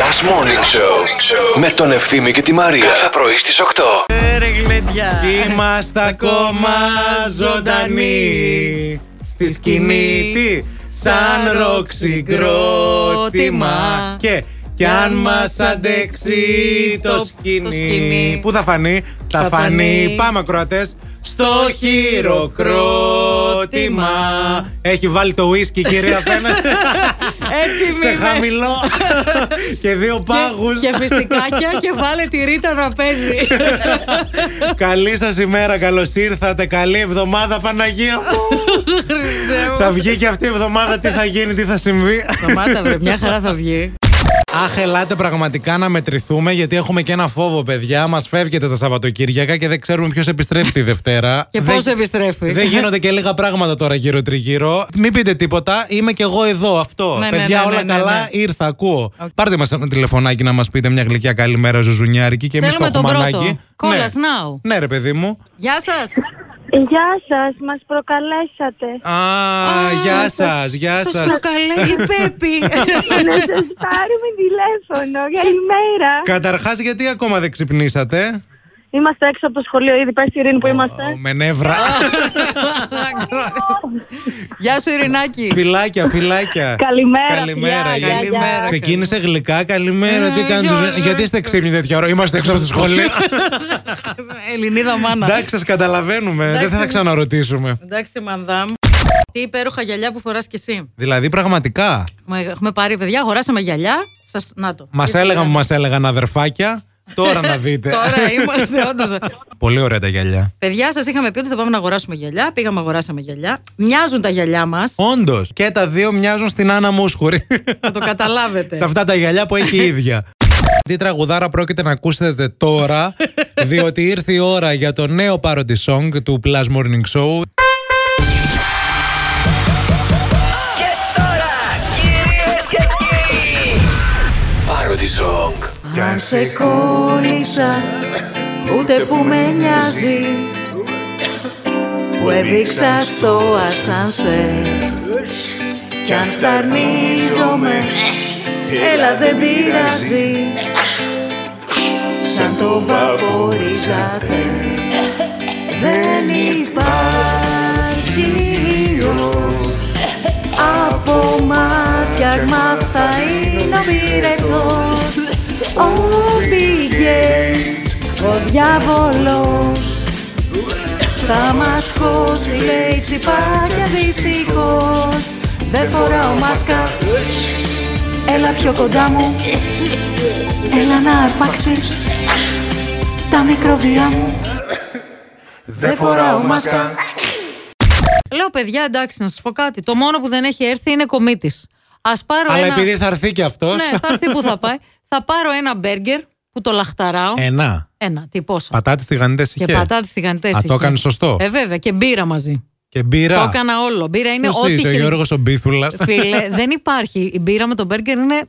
Last Morning Show με τον Ευθύμη και τη Μαρία. Κάθε πρωί στις 8. Ε, Ρε γλεντιά. Είμαστε ακόμα Ε, ζωντανοί στη σκηνή τι, σαν ροξικρότημα και κι αν μας αντέξει το Το σκηνή. σκηνή Πού θα φανεί, θα Θα φανεί, φανεί. πάμε ακροατές στο χειροκρότημα Έχει βάλει το ουίσκι κύριε απέναντι Έτοιμη Σε είμαι. χαμηλό και δύο Και- πάγους Και φιστικάκια και βάλε τη ρίτα να παίζει. Καλή σας ημέρα, καλώς ήρθατε. Καλή εβδομάδα, Παναγία μου. Χριστέ μου. θα βγει και αυτή η εβδομάδα, τι θα γίνει, τι θα συμβεί. Σταμάτα, βρε, μια χαρά θα βγει. Αχ, ελάτε πραγματικά να μετρηθούμε, γιατί έχουμε και ένα φόβο, παιδιά. Μας φεύγετε τα Σαββατοκύριακα και δεν ξέρουμε ποιος επιστρέφει τη Δευτέρα. Και Δεν- πώς επιστρέφει. Δεν γίνονται και λίγα πράγματα τώρα γύρω-τριγύρω. Μην πείτε τίποτα, είμαι και εγώ εδώ, αυτό. Ναι, ναι, παιδιά, ναι, ναι, όλα ναι, καλά, ναι. ήρθα, ακούω. Πάρτε μας ένα τηλεφωνάκι να μας πείτε μια γλυκιά καλημέρα, Ζουζουνιάρικη, και εμείς το Θέλουμε τον έχουμε πρώτο. ανάγκη. Call Ναι. us now. Ναι, ρε παιδί μου. Γεια σας. Γεια σας, μας προκαλέσατε. Α, γεια σας, γεια σας. σας. Σας προκαλέει η Πέπη. Να σας πάρουμε τηλέφωνο. Καλημέρα. Καταρχάς, γιατί ακόμα δεν ξυπνήσατε. Είμαστε έξω από το σχολείο ήδη. Πες τη Ειρήνη που Ω, είμαστε. Με νεύρα. Γεια σου Ειρηνάκη. Φιλάκια, φιλάκια. Καλημέρα, Καλημέρα, φιλιά, γεια. γεια, γεια. Ξεκίνησε γλυκά, καλημέρα. Τι Ε, κάνετε, γεια, Ζωζέ- γεια. Γιατί είστε ξύπνοι τέτοια ώρα, είμαστε έξω από το σχολείο. Ελληνίδα μάνα. Εντάξει, σας καταλαβαίνουμε. Δεν θα τα Εντάξει. ξαναρωτήσουμε. Εντάξει, μανδάμ. Τι υπέροχα γυαλιά που φοράς κι εσύ. Δηλαδή, πραγματικά, Μα Έχουμε πάρει παιδιά, αγοράσαμε γυαλιά. Σας... Να το. μας έλεγαν που μας έλεγαν αδερφάκια. Τώρα να δείτε. Τώρα είμαστε όντως Πολύ ωραία τα γυαλιά. Παιδιά, σας είχαμε πει ότι θα πάμε να αγοράσουμε γυαλιά. Πήγαμε, αγοράσαμε γυαλιά. Μοιάζουν τα γυαλιά μας. Όντως, και τα δύο μοιάζουν στην Άννα Μούσχουρη. Θα το Σε καταλάβετε. αυτά τα γυαλιά που έχει η ίδια. Τι τραγουδάρα πρόκειται να ακούσετε τώρα, διότι ήρθε η ώρα για το νέο parody song του Plus Morning Show. Και τώρα, κυρίες και κύριοι, Πάρω τη song. Αν σε κόλλησα, ούτε που με νοιάζει Που έδειξα στο ασανσέ Κι αν φταρνίζομαι, έλα δεν πειράζει Σαν το βαπορίζατε Δεν υπάρχει ήλιος από μάτια μάθα είναι ο πυρετός Ο Μπιγγέιτς, ο διάβολος Θα μας χώσει λέει σιπάκια δυστυχώς Δεν φοράω μάσκα Έλα πιο κοντά μου Έλα να αρπάξεις Τα μικροβιά μου Δεν φοράω μάσκα Λέω, παιδιά, εντάξει, να σας πω κάτι. Το μόνο που δεν έχει έρθει είναι κομίτης. Ας πάρω Αλλά ένα. επειδή θα έρθει και αυτός. Ναι, θα έρθει που θα πάει. θα πάρω ένα μπέργκερ που το λαχταράω. Ε. Ένα. Ένα, τι πόσα. Πατάτες τηγανιτές είχε. Και πατάτες τηγανιτές. Α, το έκανες σωστό. Ε, βέβαια, και μπύρα μαζί. Και μπύρα. Το έκανα όλο. Μπύρα είναι Ποιος ό,τι. Ε, είσαι, ο χειρι- Γιώργος ο Μπίθουλας. Φίλε, δεν υπάρχει. Η μπύρα με τον μπέργκερ είναι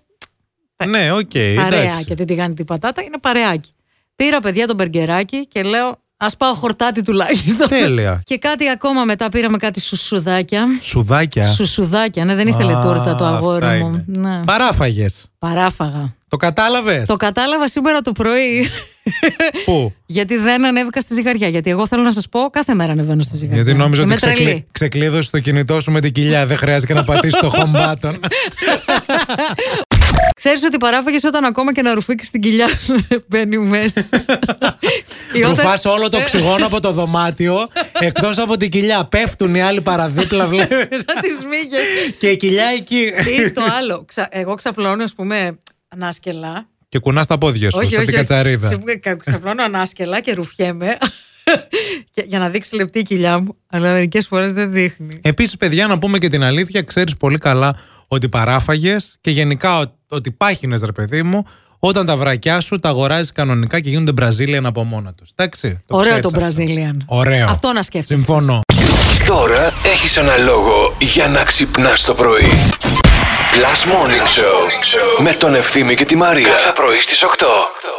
ναι, οκ. Παρέα. Ε, εντάξει. Και την τηγάνι την πατάτα είναι παρεάκι. Πήρα παιδιά τον μπεργκεράκι και λέω Ας πάω χορτάτη τουλάχιστον. Τέλεια. Και κάτι ακόμα μετά πήραμε κάτι σουσουδάκια. Σουδάκια. Σουσουδάκια, ναι, δεν ήθελε Α, τούρτα το αυτά αγόρι μου. είναι. Ναι. Παράφαγες. Παράφαγα. Το κατάλαβες. Το κατάλαβα σήμερα το πρωί. Πού. γιατί δεν ανέβηκα στη ζυγαριά. Γιατί εγώ θέλω να σας πω, κάθε μέρα ανεβαίνω στη ζυγαριά. Γιατί νόμιζα ότι Είμαι ξεκλει... Ε, τρελή. ξεκλείδωσες το κινητό σου με την κοιλιά. Δεν χρειάζεται να πατήσεις το home button. Ξέρεις ότι παράφαγες όταν ακόμα και να ρουφήξει την κοιλιά σου δεν μπαίνει μέσα. Ή όταν- Ρουφάς όλο το οξυγόνο από το δωμάτιο, εκτός από την κοιλιά. Πέφτουν οι άλλοι παραδίπλα, βλέπεις. Σαν τις μύγες. και η κοιλιά εκεί. Ή το άλλο. Ξα- Εγώ ξαπλώνω, ας πούμε, ανάσκελα. Και κουνάς τα πόδια σου, όχι, σαν όχι. την όχι. κατσαρίδα. Ξε- κα- Ξαπλώνω ανάσκελα και ρουφιέμαι. Και- για να δείξει λεπτή η κοιλιά μου. Αλλά μερικές φορές δεν δείχνει. Επίσης, παιδιά, να πούμε και την αλήθεια, ξέρεις πολύ καλά ότι παράφαγες και γενικά ο- ότι πάχυνε, ρε παιδί μου, όταν τα βρακιά σου τα αγοράζεις κανονικά και γίνονται Brazilian από μόνα τους. Εντάξει. το Ωραίο ξέρεις το αυτό. Brazilian. Ωραίο. Αυτό να σκέφτεσαι. Συμφωνώ. Τώρα έχεις ένα λόγο για να ξυπνάς το πρωί. Last Morning Show με τον Ευθύμη και τη Μαρία. Κάθε πρωί στις 8.